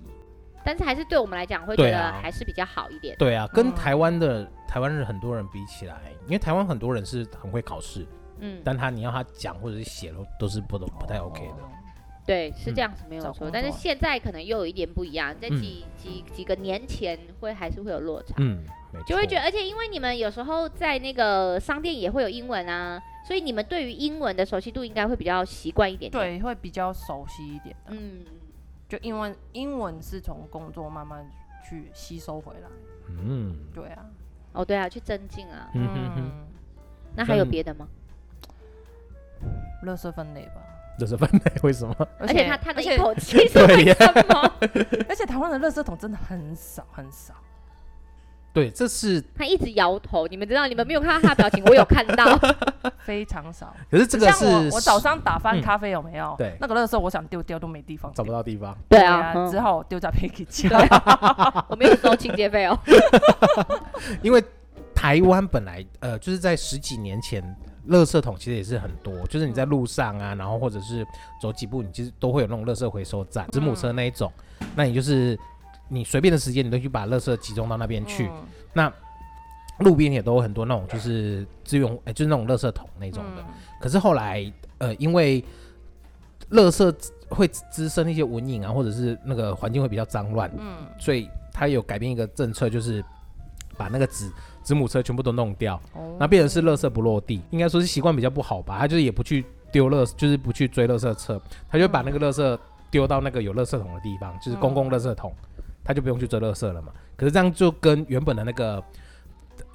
A: 但是还是对我们来讲，会觉
B: 对
A: 得
B: 啊
A: 还是比较好一点。
B: 对啊，跟
C: 嗯
B: 台湾的、台湾人很多人比起来，因为台湾很多人是很会考试，
A: 嗯，
B: 但他你要他讲或者是写都都是不都不太 OK 的。
C: 哦
A: 对，是
B: 嗯
A: 这样子没有
C: 找
A: 错。
C: 工
A: 但是
C: 作
A: 现在可能又有一点不一样，在
B: 嗯
A: 几几几个年前会还是会有落差，
B: 嗯，没错
A: 就会觉得，而且因为你们有时候在那个商店也会有英文啊，所以你们对于英文的熟悉度应该会比较习惯一点点。
C: 对，会比较熟悉一点的。
A: 嗯，
C: 就英文，英文是从工作慢慢去吸收回来。
B: 嗯
C: 对啊，
A: 哦对啊，去增进啊。
B: 嗯哼哼，
C: 嗯，
A: 那还有
B: 跟
A: 别的吗？
C: 垃圾分类吧。
B: 这是分类为什么？
A: 而
C: 而
A: 且他叹了
C: 而
A: 一
C: 且
A: 口气， 是为什么？
C: 而且台湾的垃圾桶真的很少很少。
B: 对，这是
A: 他一直摇头，你们知道，你们没有看到他的表情，我有看 到。
C: 非常少。
B: 可是这个是嗯
C: 像我，我早上打翻咖啡有没有？
B: 对
C: 那个垃圾我想丢掉都没地方
B: 找
C: 丢
B: 不到地方，
A: 对啊
C: 啊，，
A: 嗯
C: 只好丢在 Peggy
A: 对
C: 家。
A: 我没有收清洁费哦。
B: 因为台湾本来呃就是在十几年前，垃圾桶其实也是很多，就是你在路上啊，然后或者是走几步，你其实都会有那种垃圾回收站，子母车那一种，那你就是你随便的时间，你都去把垃圾集中到那边去。
C: 嗯
B: 路边也都有很多那种就是资源，哎、就是那种垃圾桶那种的。
C: 嗯
B: 可是后来呃，因为垃圾会滋生一些蚊蝇啊，或者是那个环境会比较脏乱，
C: 嗯，
B: 所以他有改变一个政策，就是把那个子子母车全部都弄掉，
C: 哦
B: 那变成是垃圾不落地，应该说是习惯比较不好吧。他就是也不去丢垃，就是不去追垃圾车，他就把那个垃圾丢到那个有垃圾桶的地方，就是公共垃圾桶，他就不用去追垃圾了嘛。可是这样就跟原本的那个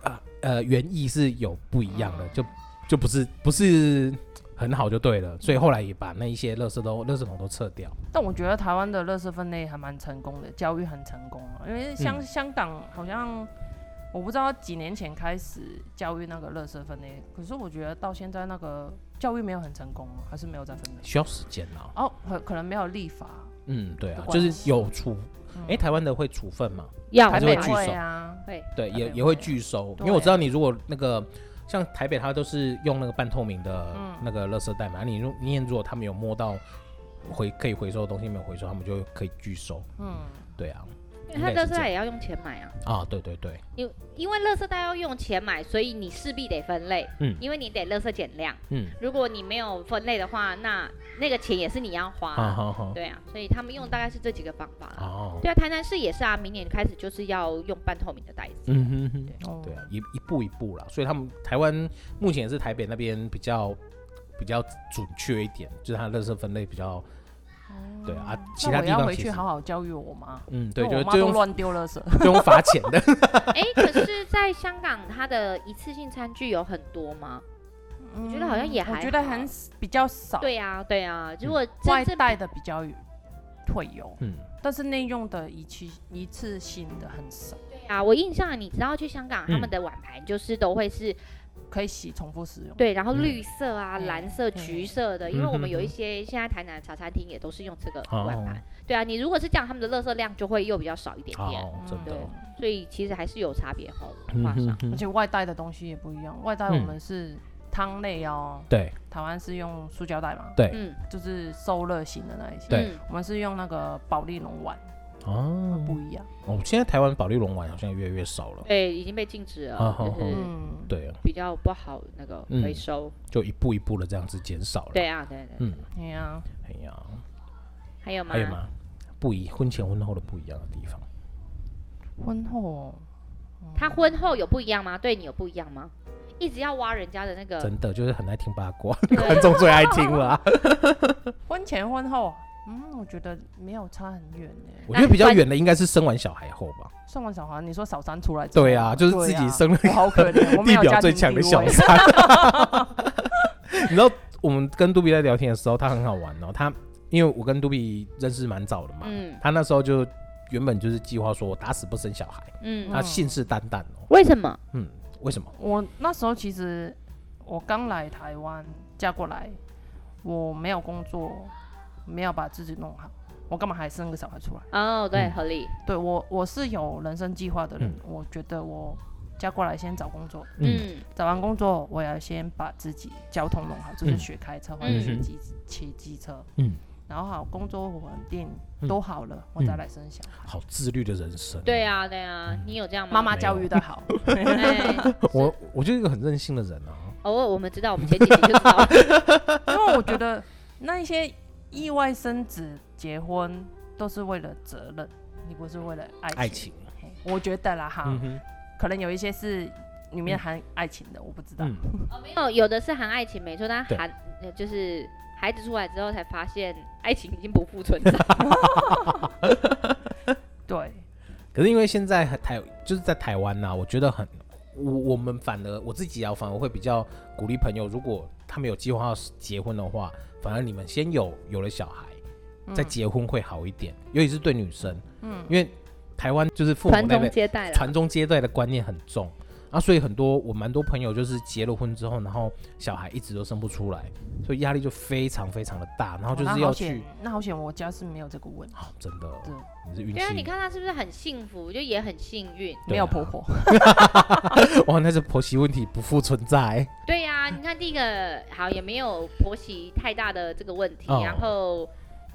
B: 呃呃原意是有不一样的，就就不是不是。很好就对了，所以后来也把那一些垃圾都垃圾桶都撤掉。
C: 但我觉得台湾的垃圾分类还蛮成功的，教育很成功啊。因为香、
B: 嗯
C: 香港好像我不知道几年前开始教育那个垃圾分类，可是我觉得到现在那个教育没有很成功啊，还是没有在分类。
B: 需要时间啊。
C: 哦，可可能没有立法，
B: 嗯，对啊
C: 的，关
B: 就是
C: 系
B: 有处。
C: 嗯
B: 哎、台湾的会处分吗？
A: 要
C: 台
B: 还是
C: 北
B: 会
A: 要
B: 拒
C: 会
B: 收
C: 啊，
B: 对，
C: 台
B: 也
C: 北
B: 也会
C: 会
B: 拒收，因
C: 对
B: 为我知道你如果那个像台北，它都是用那个半透明的
C: 嗯
B: 那个垃圾袋嘛，你如你也如果他们有摸到回可以回收的东西没有回收，他们就可以拒收。
C: 嗯，
B: 对啊，
A: 因为他垃圾袋也要用钱买啊。
B: 啊，对对对，
A: 因因为垃圾袋要用钱买，所以你势必得分类。
B: 嗯
A: 因为你得垃圾减量。
B: 嗯，
A: 如果你没有分类的话，那那个钱也是你要花啊。
B: 好好好，
A: 对啊，所以他们用大概是这几个方法啦。
B: 哦，
A: 对啊，台南市也是啊，明年开始就是要用半透明的袋 子。
B: 嗯哼哼，
C: 哦
B: 对啊，一一步一步啦，所以他们台湾目前也是台北那边比较比较准确一点，就是它的垃圾分类比较，
A: 哦
B: 对啊，其
C: 嗯
B: 他
C: 那我
B: 地
C: 要
B: 方
C: 回
B: 其
C: 去
B: 实
C: 好好教育我妈。
B: 嗯，对，
C: 因
B: 就
C: 为我妈
B: 就
C: 都
B: 用
C: 乱丢垃圾。
B: 就用罚钱 的，
A: 哎、可是，在香港，它的一次性餐具有很多吗？
C: 我
A: 嗯觉得好像也还
C: 我觉得
A: 好欸
C: 很 s- 比较少，
A: 对呀、对呀、如
B: 嗯
A: 果
C: 外
A: 这次
C: 带的比较有会有，
B: 嗯。
C: 但是内用的一次一次性的很少。
A: 对呀、啊，我印象你只要去香港，他们
B: 嗯
A: 的碗盘就是都会是
C: 可以洗重复使用。
A: 对，然后
B: 嗯
A: 绿色啊、
C: 嗯
A: 蓝色、
C: 嗯
A: 橘色的，因为我们有一
B: 嗯哼
A: 些现在台南的茶餐厅也都是用这个
B: 哦
A: 碗盘。对啊，你如果是这样，他们的垃圾量就会又比较少一点点，
B: 哦，真的
A: 对
B: 哦，
A: 所以其实还是有差别哦，文
B: 嗯
A: 化
B: 哼
A: 上。
C: 而
B: 哼
C: 且外带的东西也不一样，外带我
B: 嗯
C: 们是汤类哦，
B: 对
C: 台湾是用塑胶袋嘛，
B: 对
A: 嗯，
C: 就是受热型的那一些，
B: 对
A: 嗯，
C: 我们是用那个保利龙碗，
B: 哦，
C: 不一样。
B: 哦，现在台湾保利龙碗好像越来越少了，
A: 对，已经被禁止
B: 哦
A: 了，
B: 哦
A: 就是
C: 嗯，
B: 对，
A: 比较不好那个
B: 嗯
A: 回收。
B: 就一步一步的这样子减少了。，
A: 对啊，对对。
B: 嗯，
C: 对啊呀，
B: 哎呀，
A: 还
C: 嗯
A: 有吗？
B: 还有吗？不一婚前婚后的不一样的地方，
C: 婚后
A: 他婚后有不一样吗？对你有不一样吗？一直要挖人家的那个，
B: 真的就是很爱听八卦，
A: 对
B: 观众最爱听 了啊。
C: 婚前婚后，嗯，我觉得没有差很远呢。
B: 我觉得比较远的应该是生完小孩后吧。
C: 生完小孩，你说小三出来之后，
B: 对啊，就是自己生了
C: 对啊，我好可 怜，我没
B: 地
C: 有
B: 表
C: 家
B: 最
C: 庭
B: 强的
C: 地
B: 小
C: 位
B: 三。 你知道我们跟杜比在聊天的时候，他很好玩哦。他因为我跟杜比认识蛮早的嘛，
A: 嗯
B: 他那时候就原本就是计划说我打死不生小孩，
A: 嗯，
B: 他信誓旦旦哦。
A: 为什么？
B: 嗯，为什么？
C: 我那时候其实我刚来台湾嫁过来，我没有工作，没有把自己弄好，我干嘛还生个小孩出来？
A: 哦，对，
B: 嗯
A: 合理。
C: 对我我是有人生计划的人，
B: 嗯
C: 我觉得我嫁过来先找工作，
B: 嗯
A: 嗯
C: 找完工作我要先把自己交通弄好，就是
B: 嗯
C: 学开车或者学
B: 嗯
C: 机骑机车，
B: 嗯，
C: 然后好工作稳定
B: 嗯
C: 都好了，我再来生小孩。
B: 好自律的人生。
A: 对，啊，对啊，
B: 嗯
A: 你有这样吗？
C: 妈妈教育的好，
A: 哎，
B: 我我就是一个很任性的人啊。
A: 偶尔我们知道，我们前几集就知道。
C: 因为我觉得那一些意外生子、结婚都是为了责任，你不是为了爱情。
B: 爱情，啊
C: 嘿我觉得啦哈，
B: 嗯哼，
C: 可能有一些是里面含爱情的，我不知道。
B: 嗯，
A: 哦没有，有的是含爱情没错，但
B: 对
A: 含呃就是孩子出来之后才发现爱情已经不复存在。
C: 对，
B: 可是因为现在台就是在台湾呐、我觉得很，我我们反而我自己啊，反而会比较鼓励朋友，如果他们有计划要结婚的话，反而你们先有有了小孩，再结婚会好一点，尤其是对女生，嗯，因为台湾就是父母
A: 传
B: 那
A: 宗
B: 边
A: 接代了
B: 传。宗接代的观念很重。啊，所以很多我蛮多朋友就是结了婚之后，然后小孩一直都生不出来，所以压力就非常非常的大，然后就
C: 哦
B: 是
C: 那好
B: 要
C: 险
B: 去，
C: 那好险，我家是没有这个问题，
B: 啊、真的哦，
C: 对
B: 你是运
A: 对啊，你
B: 气，
A: 看他是不是很幸福，就也很幸运。
B: 对啊
C: 没有婆婆。
B: 哇，那是婆媳问题不复存在。
A: 对 呀、你看第一个好也没有婆媳太大的这个问题，
B: 哦
A: 然后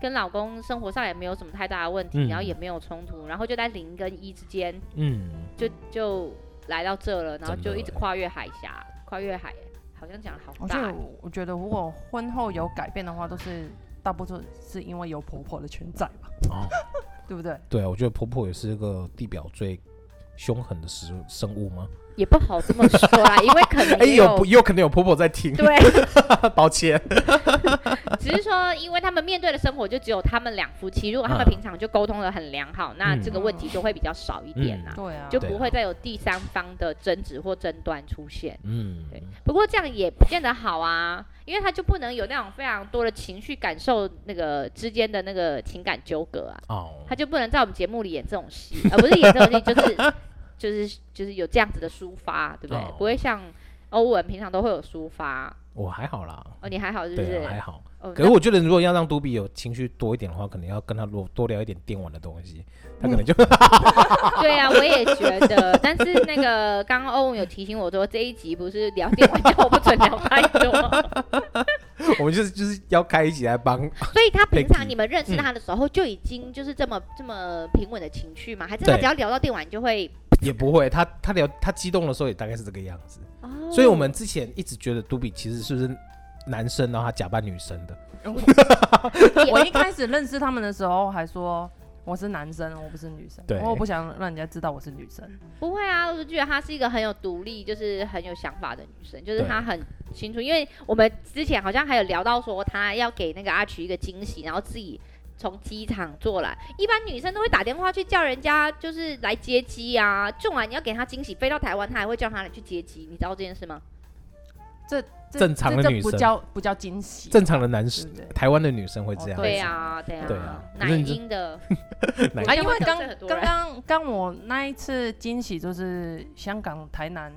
A: 跟老公生活上也没有什么太大的问题，
B: 嗯
A: 然后也没有冲突，然后就在零跟一之间
B: 嗯，
A: 就就来到这了，然后
B: 真
A: 就
B: 的
A: 一直
B: 欸
A: 跨越海峡，跨越海，好像讲得好
C: 而且
A: 大。
C: 我我觉得，如果婚后有改变的话，都是大部分是因为有婆婆的存在吧，
B: 哦，
C: 对不对？
B: 对啊，我觉得婆婆也是个地表最凶狠的生生物吗？
A: 也不好这么说啊 啦，因为可能
B: 哎、
A: 也
B: 有有可能有婆婆在听，
A: 对，
B: 抱歉。
A: 只是说，因为他们面对的生活就只有他们两夫妻，如果他们
B: 嗯
A: 平常就沟通的很良好，那这个问题就会比较少一点啦，
C: 对啊，
A: 就
B: 对
A: 不
B: 啊
A: 会再有第三方的争执或争端出现。
B: 嗯，
A: 对不过这样也不见得好啊，因为他就不能有那种非常多的情绪感受，那个之间的那个情感纠葛啊，
B: 哦，
A: 他就不能在我们节目里演这种戏，而、不是演这种戏，就是 就是就是有这样子的抒发，对不对？
B: 哦
A: 不会像欧文平常都会有抒发
B: 我还好啦，
A: 哦，你还好是不是
B: 对、啊，？还好。
A: 哦，
B: 可是我觉得，如果要让杜比有情绪多一点的话，可能要跟他多多聊一点电玩的东西，他可能就、
A: 那对啊，我也觉得，但是那个刚刚欧文有提醒我说，这一集不是聊 电玩，叫我不准聊太多。
B: 我们就是就是要开一起来帮。
A: 所以他平
B: Peggy，
A: 常你们认识他的时候就已经就是这么、这么平稳的情绪嘛？还是他
B: 对
A: 只要聊到电玩就会？
B: 也不会，他他聊他激动的时候也大概是这个样子。
A: 哦
B: 所以我们之前一直觉得杜比其实是不是男生，然后他假扮女生的。
C: 我一开始认识他们的时候还说我是男生，我不是女生，
B: 对
C: 我不想让人家知道我是女生。
A: 不会啊，我就觉得她是一个很有独立，就是很有想法的女生，就是
B: 对
A: 她很清楚。因为我们之前好像还有聊到说，她要给那个阿曲一个惊喜，然后自己从机场坐来。一般女生都会打电话去叫人家就是来接机啊，纵然你要给她惊喜，飞到台湾，她还会叫她来去接机。你知道这件事吗？
C: 这
B: 正常的
C: 这这
B: 女
C: 不
B: 生
C: 叫不叫惊喜，
B: 正常的男
C: 对
B: 生，
C: 不对？
B: 台湾的女生会这样子。
C: 哦
A: 对呀，对呀，
B: 对啊
A: 奶
B: 可是你这
A: 音 的，
B: 奶
C: 啊，
A: 音
C: 因为
A: 会得
C: 刚
A: 罪很多
C: 刚
A: 人
C: 刚刚我那一次惊喜就是香港台南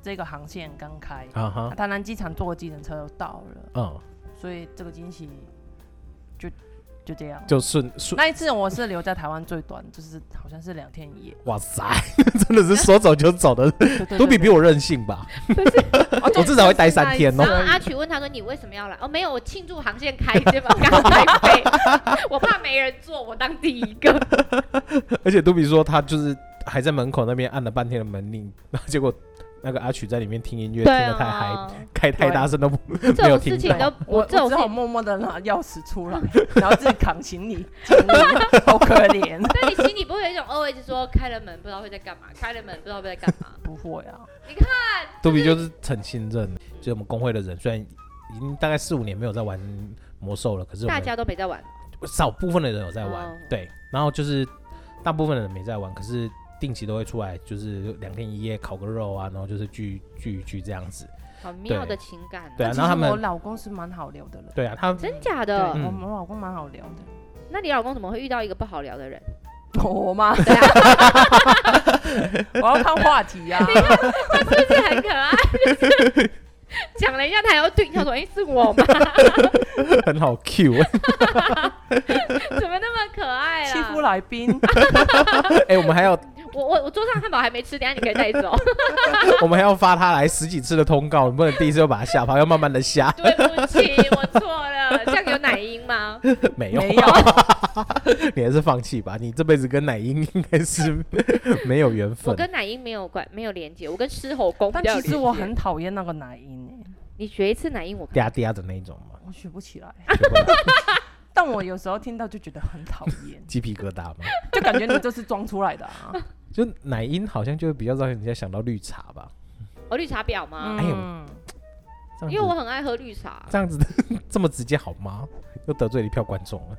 C: 这个航线刚开，
B: 啊哈，
C: 台南机场坐计程车就到了，
B: 嗯，
C: 所以这个惊喜就就这样。
B: 就顺顺，
C: 那一次我是留在台湾最短，就是好像是两天 一夜，
B: 哇塞，真的是说走就走的，
C: 对对对
B: 都比比
C: 我
B: 我任性吧？
C: 我
B: 我至少会待三天哦
A: 然后啊阿曲问他说：“你为什么要来？”哦，没有，我庆祝航线开机嘛， 刚才飞，我怕没人坐，我当第一个。
B: 而且杜比说他就是还在门口那边按了半天的门铃，然后结果那个阿曲在里面听音乐、听得太
A: 哦
B: 嗨，，开太大声都不
A: 啊这
B: 没有
A: 种
B: 听
A: 事
B: 到
A: 情。都
C: 我
A: 我这种
C: 只
A: 事
C: 好
A: 情，
C: 默默的拿钥匙出来，然后自己扛行李，行李好可怜。
A: 但你心里不会有一种 always 说开了门不知道会在干嘛，开了门不知道会在干嘛。
C: 不会啊，
B: 杜比就是很信任，就是我们工会的人，虽然已经大概四五年没有在玩魔兽了，可是我
A: 大
B: 们
A: 家都没在玩，
B: 少部分的人有在玩，
A: 哦
B: 对，然后就是大部分的人没在玩，可是定期都会出来，就是两天一夜烤个肉啊，然后就是聚聚一聚这样子。
A: 好妙的情感哦。
B: 对啊
C: 但
B: 然后他
C: 其实我
B: 们
C: 老公是蛮好聊的人，
B: 对啊， 他
A: 真假
C: 对，
A: 的？
B: 嗯
C: 我我老公蛮好聊的。
A: 那你老公怎么会遇到一个不好聊的人？
C: 我吗？
A: 对啊，
C: 我要看话题 啊。
A: 是不是很可爱？就是 讲了一下，他还要对你说：“哎，是我吗？
B: 很好 Q，哎、
A: 欸怎么那么可爱
C: 欺负
A: 啊
C: 来 宾，
B: 哎我们还要
A: 我我我桌上汉堡还没吃，等一下你可以带走。
B: 我们还要发他来十几次的通告，你不能第一次就把他吓跑，要慢慢 的吓。
A: 对不起，我错了。这样有奶音 吗？
B: 没有，
C: 没有，
B: 你还是放弃吧，你这辈子跟奶英应该是 没有缘
A: 我
B: 分。
A: 跟奶音没有关，没有连接。我跟狮吼功比
C: 但
A: 较有
C: 其
A: 连接。
C: 实我很讨厌那个奶音欸，
A: 你学一次奶音，我看
B: 嗲嗲的那一种 嘛，
C: 我学不起来。
B: 对吧，
C: 但我有时候听到就觉得很讨厌
B: 鸡皮疙瘩嘛。
C: 就感觉你这是装出来的啊。
B: 就奶音好像就会比较让人家想到绿茶吧，
A: 哦绿茶婊吗？
B: 哎呦
C: 嗯，
B: 这样子
A: 因为我很爱喝绿茶。
B: 这样子 这么直接好吗？又得罪了一票观众了。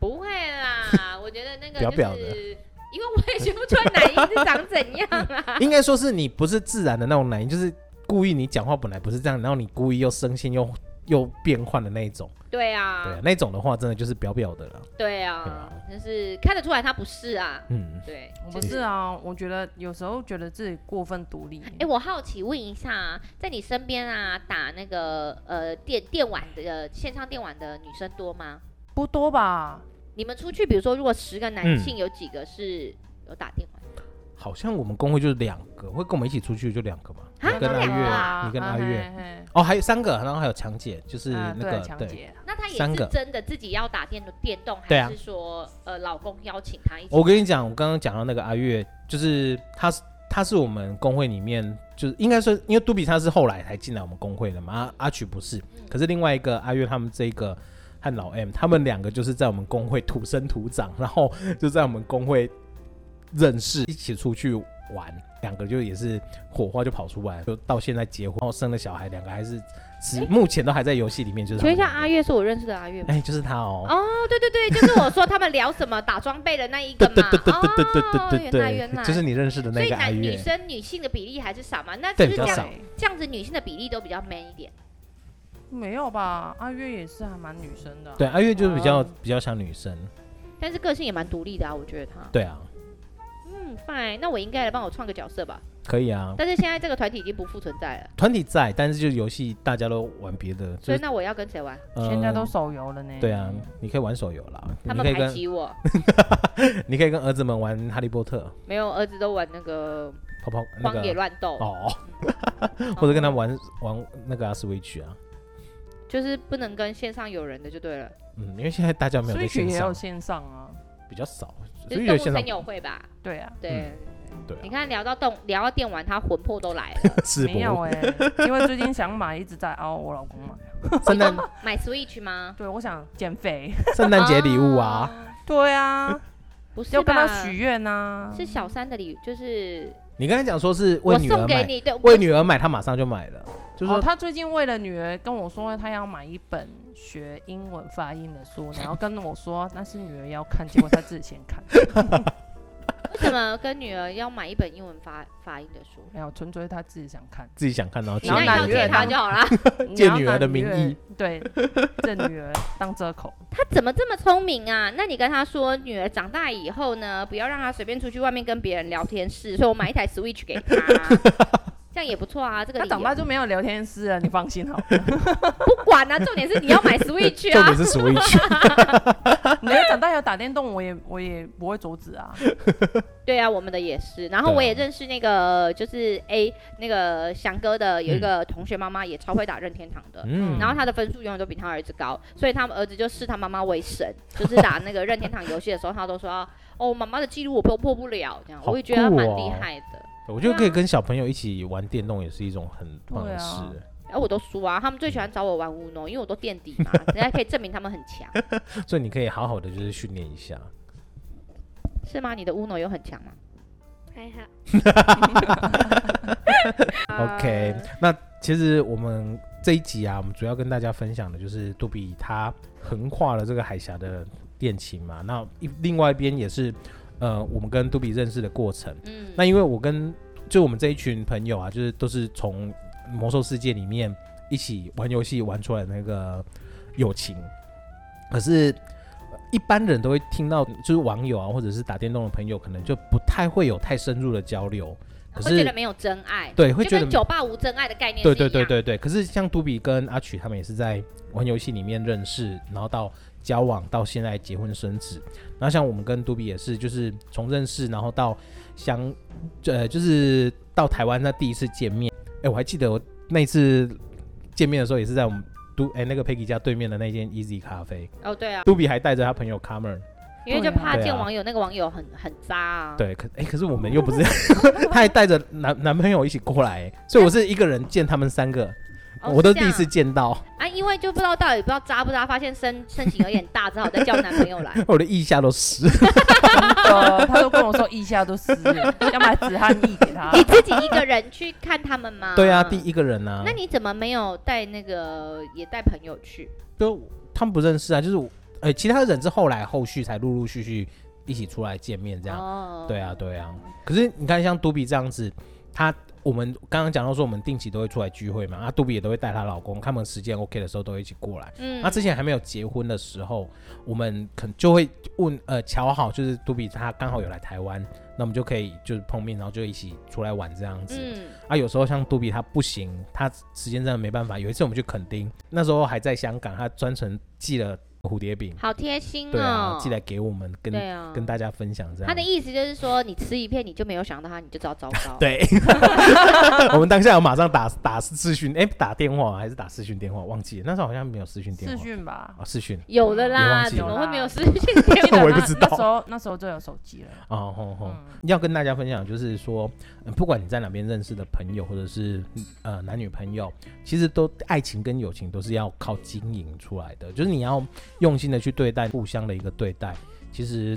A: 不会啦，我觉得那个
B: 婊婊
A: 就
B: 的！
A: 是。因为我也学不出来奶音是长怎样啊
B: 应该说是你不是自然的那种奶音，就是故意你讲话本来不是这样，然后你故意又生性又 又变换的那一种。
A: 对
B: 对、啊
A: 啊，，
B: 那种的话真的就是表表的了。
A: 对啊，就是看得出来他不是啊。
B: 嗯，
A: 对，
C: 我
A: 就
C: 不是啊，我觉得有时候觉得自己过分独立。
A: 哎、我好奇问一下啊，在你身边啊，打那个呃电电玩的、呃、线上电玩的女生多吗？
C: 不多吧？
A: 你们出去，比如说，如果十个男
B: 嗯
A: 性，有几个是有打电玩？
B: 好像我们工会就是两个，会跟我们一起出去就两个嘛，
A: 啊
B: 你
A: 就
B: 跟阿
A: 两个
B: 月，
A: 啊
B: 你跟阿月。
C: 月，
B: 哦，还有三个，然后还有强姐，就是
C: 啊
B: 那
C: 对
B: 个、
C: 强
B: 对。
C: 姐，
A: 那她也
B: 三
A: 是
B: 个
A: 真的自己要打电电动，
B: 对啊
A: 还是说呃老公邀请她一起？
B: 我跟你讲，我刚刚讲到那个阿月，就是她是她是我们工会里面，就是应该说，因为杜比她是后来才进来我们工会的嘛，阿阿曲不是，
A: 嗯
B: 可是另外一个阿月他们这个。和老 M 他们两个就是在我们工会土生土长，然后就在我们工会认识，一起出去玩，两个就也是火花就跑出来，就到现在结婚，然后生了小孩，两个还是只目前都还在游戏里面，就是他
A: 请问一
B: 们
A: 下，
B: 两个
A: 阿月是我认识的阿月吗？
B: 哎、就是他哦，
A: 哦，对对对，就是我说他们聊什么打装备的那一
B: 对
A: 个嘛。
B: 对对对对对
A: 哦，
B: 对对
A: 原来原来，
B: 对，就是你认识的
A: 所
B: 那
A: 以
B: 个阿
A: 男
B: 月，
A: 女生女性的比例还是少嘛？那
B: 对
A: 是不是
B: 比较
A: 这
B: 少
A: 样这样子女性的比例都比较 man 一点？
C: 没有吧？阿月也是还蛮女生的啊。
B: 对，阿月就是比较、
C: 哦
B: 比较像女生，
A: 但是个性也蛮独立的啊，我觉得他。
B: 对啊，
A: 嗯，fine，那我应该来帮我创个角色吧。
B: 可以啊。
A: 但是现在这个团体已经不复存在了，
B: 团体在，但是就是游戏大家都玩别的，
A: 所
B: 就
A: 以
B: 是
A: 那我要跟谁玩？
B: 呃
C: 现在都手游了呢。
B: 对啊，你可以玩手游啦，
A: 他
B: 你
A: 们
B: 可以
A: 排
B: 跟
A: 挤我，
B: 你可以跟儿子们玩哈利波特、
A: 没有儿子都玩那个
B: 泡泡那
A: 荒野
B: 个啊
A: 乱斗，
B: 哦，
A: 嗯
B: 或者跟他玩玩那个啊 Switch 啊，
A: 就是不能跟线上有人的就对了，
B: 嗯，因为现在大家没有在
C: Switch
B: 线
C: 也有
B: 上，
C: 线上啊。
B: 比较少，所
A: 就是
B: 以有
A: 动
B: 线
A: 物
B: 上
A: 森友会吧？
C: 对啊，
A: 对，
B: 对啊
A: 你看聊到动聊到电玩，他魂魄都来了。
B: 是不
C: 没有哎，因为最近想买，一直在熬我 老公买。
B: 圣诞
A: 买 Switch 吗？
C: 对，我想减肥。
B: 圣诞节礼物啊，
A: 哦，
C: 对啊，
A: 不是
C: 要跟他
A: 吧
C: 许愿啊呐。
A: 是小三的礼，就是
B: 你刚才讲说是为
A: 我
B: 女儿
A: 送给
B: 买，
A: 你，对，
B: 为女儿买，她马上就买了，就是
C: 哦，
B: 说
C: 他最近为了女儿跟我说，他要买一本学英文发音的书，然后跟我说那是女儿要看，结果他自己先看。
A: 为什什么跟女儿要买一本英文发发音的书？
C: 没有，纯粹他自己想看。
B: 自己想看到，
A: 你
C: 然后
A: 那
C: 拿
A: 一套
C: 女
A: 借
C: 儿
A: 他
C: 当
A: 就好啦。
B: 借
C: 你要
B: 女儿
C: 拿
B: 的名
C: 儿
B: 义，
C: 对，借女儿当遮口。
A: 他怎么这么聪明啊？那你跟他说，女儿长大以后呢，不要让她随便出去外面跟别人聊天室，所以我买一台 Switch 给 她，这样也不错啊。这个
C: 他
A: 理
C: 长
A: 由
C: 大就没有聊天室了，你放心好了。
A: 不管啊，重点是你要买 Switch
B: 重
A: 啊
B: 点。是 Switch，
C: 你要长大要打电动，我也我也不会阻止 啊。
A: 对啊，我们的也是。然后
B: 对啊
A: 我也认识那个，就是 A 那个翔哥的有一个同学妈妈也超会打任天堂的。
B: 嗯，
A: 然后他的分数永远都比他儿子高，所以他们儿子就视他妈妈为神，就是打那个任天堂游戏的时候，他都说哦，妈妈的记录我都破不了，这样
B: 好
A: 我也觉得他蛮
B: 酷哦
A: 厉害的。
B: 我觉得可
C: 啊
B: 以跟小朋友一起玩电动，也是一种很棒
C: 对
B: 的
C: 啊
B: 事。
A: 然后我都输啊，他们最喜欢找我玩乌龙，因为我都垫底 嘛，人家可以证明他们很强，
B: 欸所以你可以好好的就是训练一下，
A: 是吗？你的乌龙有很强吗？
D: 还好，
A: 呃
B: OK，那其实我们这一集啊，我们主要跟大家分享的就是杜比他横跨了这个海峡的恋情嘛。那一另外一边也是，呃，我们跟杜比认识的过程。
A: 嗯，
B: 那因为我跟就我们这一群朋友啊，就是都是从魔兽世界里面一起玩游戏玩出来的那个友情，可是。呃一般人都会听到，就是网友啊，或者是打电动的朋友，可能就不太会有太深入的交流。可
A: 会觉
B: 是
A: 得没有真爱，
B: 对，会
A: 就
B: 觉得
A: 跟酒吧无真爱的概念是
B: 对
A: 一
B: 对
A: 样。
B: 对对对。可是像杜比跟阿曲他们也是在玩游戏里面认识，然后到交往，到现在结婚生子。然后像我们跟杜比也是，就是从认识，然后到相，呃，就是到台湾那第一次见面。哎，我还记得我那次见面的时候，也是在我们杜哎那个 Peggy 家对面的那间 Easy 咖啡，
A: 哦对啊，
B: 杜比还带着他朋友 Comer。
A: 因为就怕
B: 对啊
A: 见网友，那个网友很很渣啊。
B: 对，可哎、可是我们又不是， 他还带着男男朋友一起过来、所以我是一个人见他们三个，
A: 哦，
B: 我都
A: 是
B: 第
A: 这
B: 一
A: 样
B: 次见到。
A: 啊，因为就不知道到底不知道渣不渣，发现身身形有点大，只好再叫男朋友来。
B: 我的腋下 都湿。
C: 呃，他都跟我说腋下都湿了，要买止汗液给他。
A: 你自己一个人去看他们吗？
B: 对啊，第。一个人啊
A: 那，你怎么没有带那个也带朋友去？
B: 就他们不认识啊，就是我，哎、其他人是后来后续才陆陆续续一起出来见面这样。
A: 哦
B: 对啊，对啊。可是你看，像杜比这样子，他我们刚刚讲到说，我们定期都会出来聚会嘛，啊，杜比也都会带她老公，他们时间 OK 的时候都会一起过来。
A: 嗯
B: 那、之前还没有结婚的时候，我们可能就会问，呃，瞧好，就是杜比他刚好有来台湾，那我们就可以就是碰面，然后就一起出来玩这样子。
A: 嗯，
B: 啊，有时候像杜比他不行，他时间真的没办法。有一次我们去垦丁，那时候还在香港，他专程寄了蝴蝶饼，
A: 好贴心
B: 对啊
A: 哦，。
B: 寄来给我们跟、
A: 对啊，
B: 跟大家分享这样。
A: 他的意思就是说，你吃一片你就没有想到他，你就知道糟糕。，
B: 对，我们当下有马上打打视讯，哎、打电话还是打视讯电话，忘记了，那时候好像没有视讯电
C: 视
B: 话
C: 讯吧，
B: 啊，视讯
A: 有的
B: 也
A: 啦，
B: 忘记
A: 怎
B: 了
A: 么会没有失去电话？
B: 那 我也不知道
C: 那时候那时候就有手机了。
B: 哦，吼吼。
C: 嗯，
B: 要跟大家分享，就是说，嗯不管你在哪边认识的朋友，或者是呃男女朋友，其实都爱情跟友情都是要靠经营出来的，就是你要用心的去对待，互相的一个对待，其实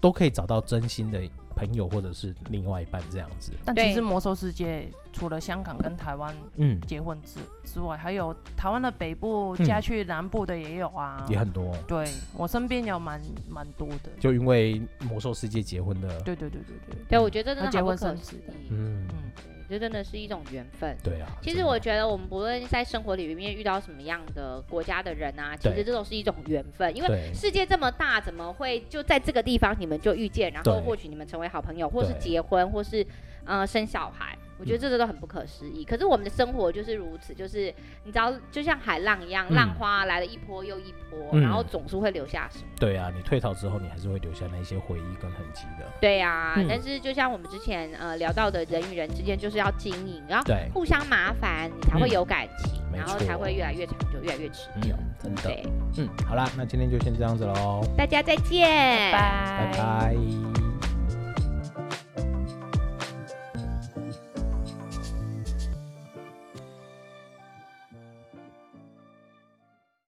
B: 都可以找到真心的朋友或者是另外一半这样子。
C: 但
A: 对
C: 其实魔兽世界除了香港跟台湾
B: 嗯，
C: 结婚之之外，还有台湾的北部
B: 嗯
C: 嫁去南部的也有啊。
B: 也很多，哦
C: 对我身边有蛮蛮多的。
B: 就因为魔兽世界结婚的，
C: 对对对对对，
A: 对，我觉得真
C: 他
A: 的
C: 结
A: 好不
C: 婚
A: 可
C: 生
A: 思
C: 子的。
A: 议，
B: 嗯，
C: 嗯，
A: 这真的是一种缘分。
B: 对啊。
A: 其实
B: 真的
A: 我觉得，我们不论在生活里面遇到什么样的国家的人啊，其
B: 对
A: 实这都是一种缘分。因为
B: 对
A: 世界这么大，怎么会就在这个地方你们就遇见，然后
B: 对
A: 或许你们成为好朋友，或是
B: 对
A: 结婚，或是呃生小孩？我
B: 嗯
A: 觉得这都很不可思议。可是我们的生活就是如此，就是你知道，就像海浪一样，
B: 嗯
A: 浪花来了一波又一波，
B: 嗯
A: 然后总是会留下什么。
B: 对啊，你退潮之后，你还是会留下那一些回忆跟痕迹的。
A: 对呀、
B: 嗯
A: 但是就像我们之前呃聊到的，人与人之间就是要经营，然后
B: 对，
A: 互相麻烦，你才会
B: 嗯
A: 有感情，
B: 没
A: 然后
B: 错
A: 才会越来越长久，越来越持
B: 嗯
A: 久。，
B: 真的，
A: 对，
B: 嗯，好啦，那今天就先这样子喽。
A: 哎大家再见，
C: 拜
B: 拜拜。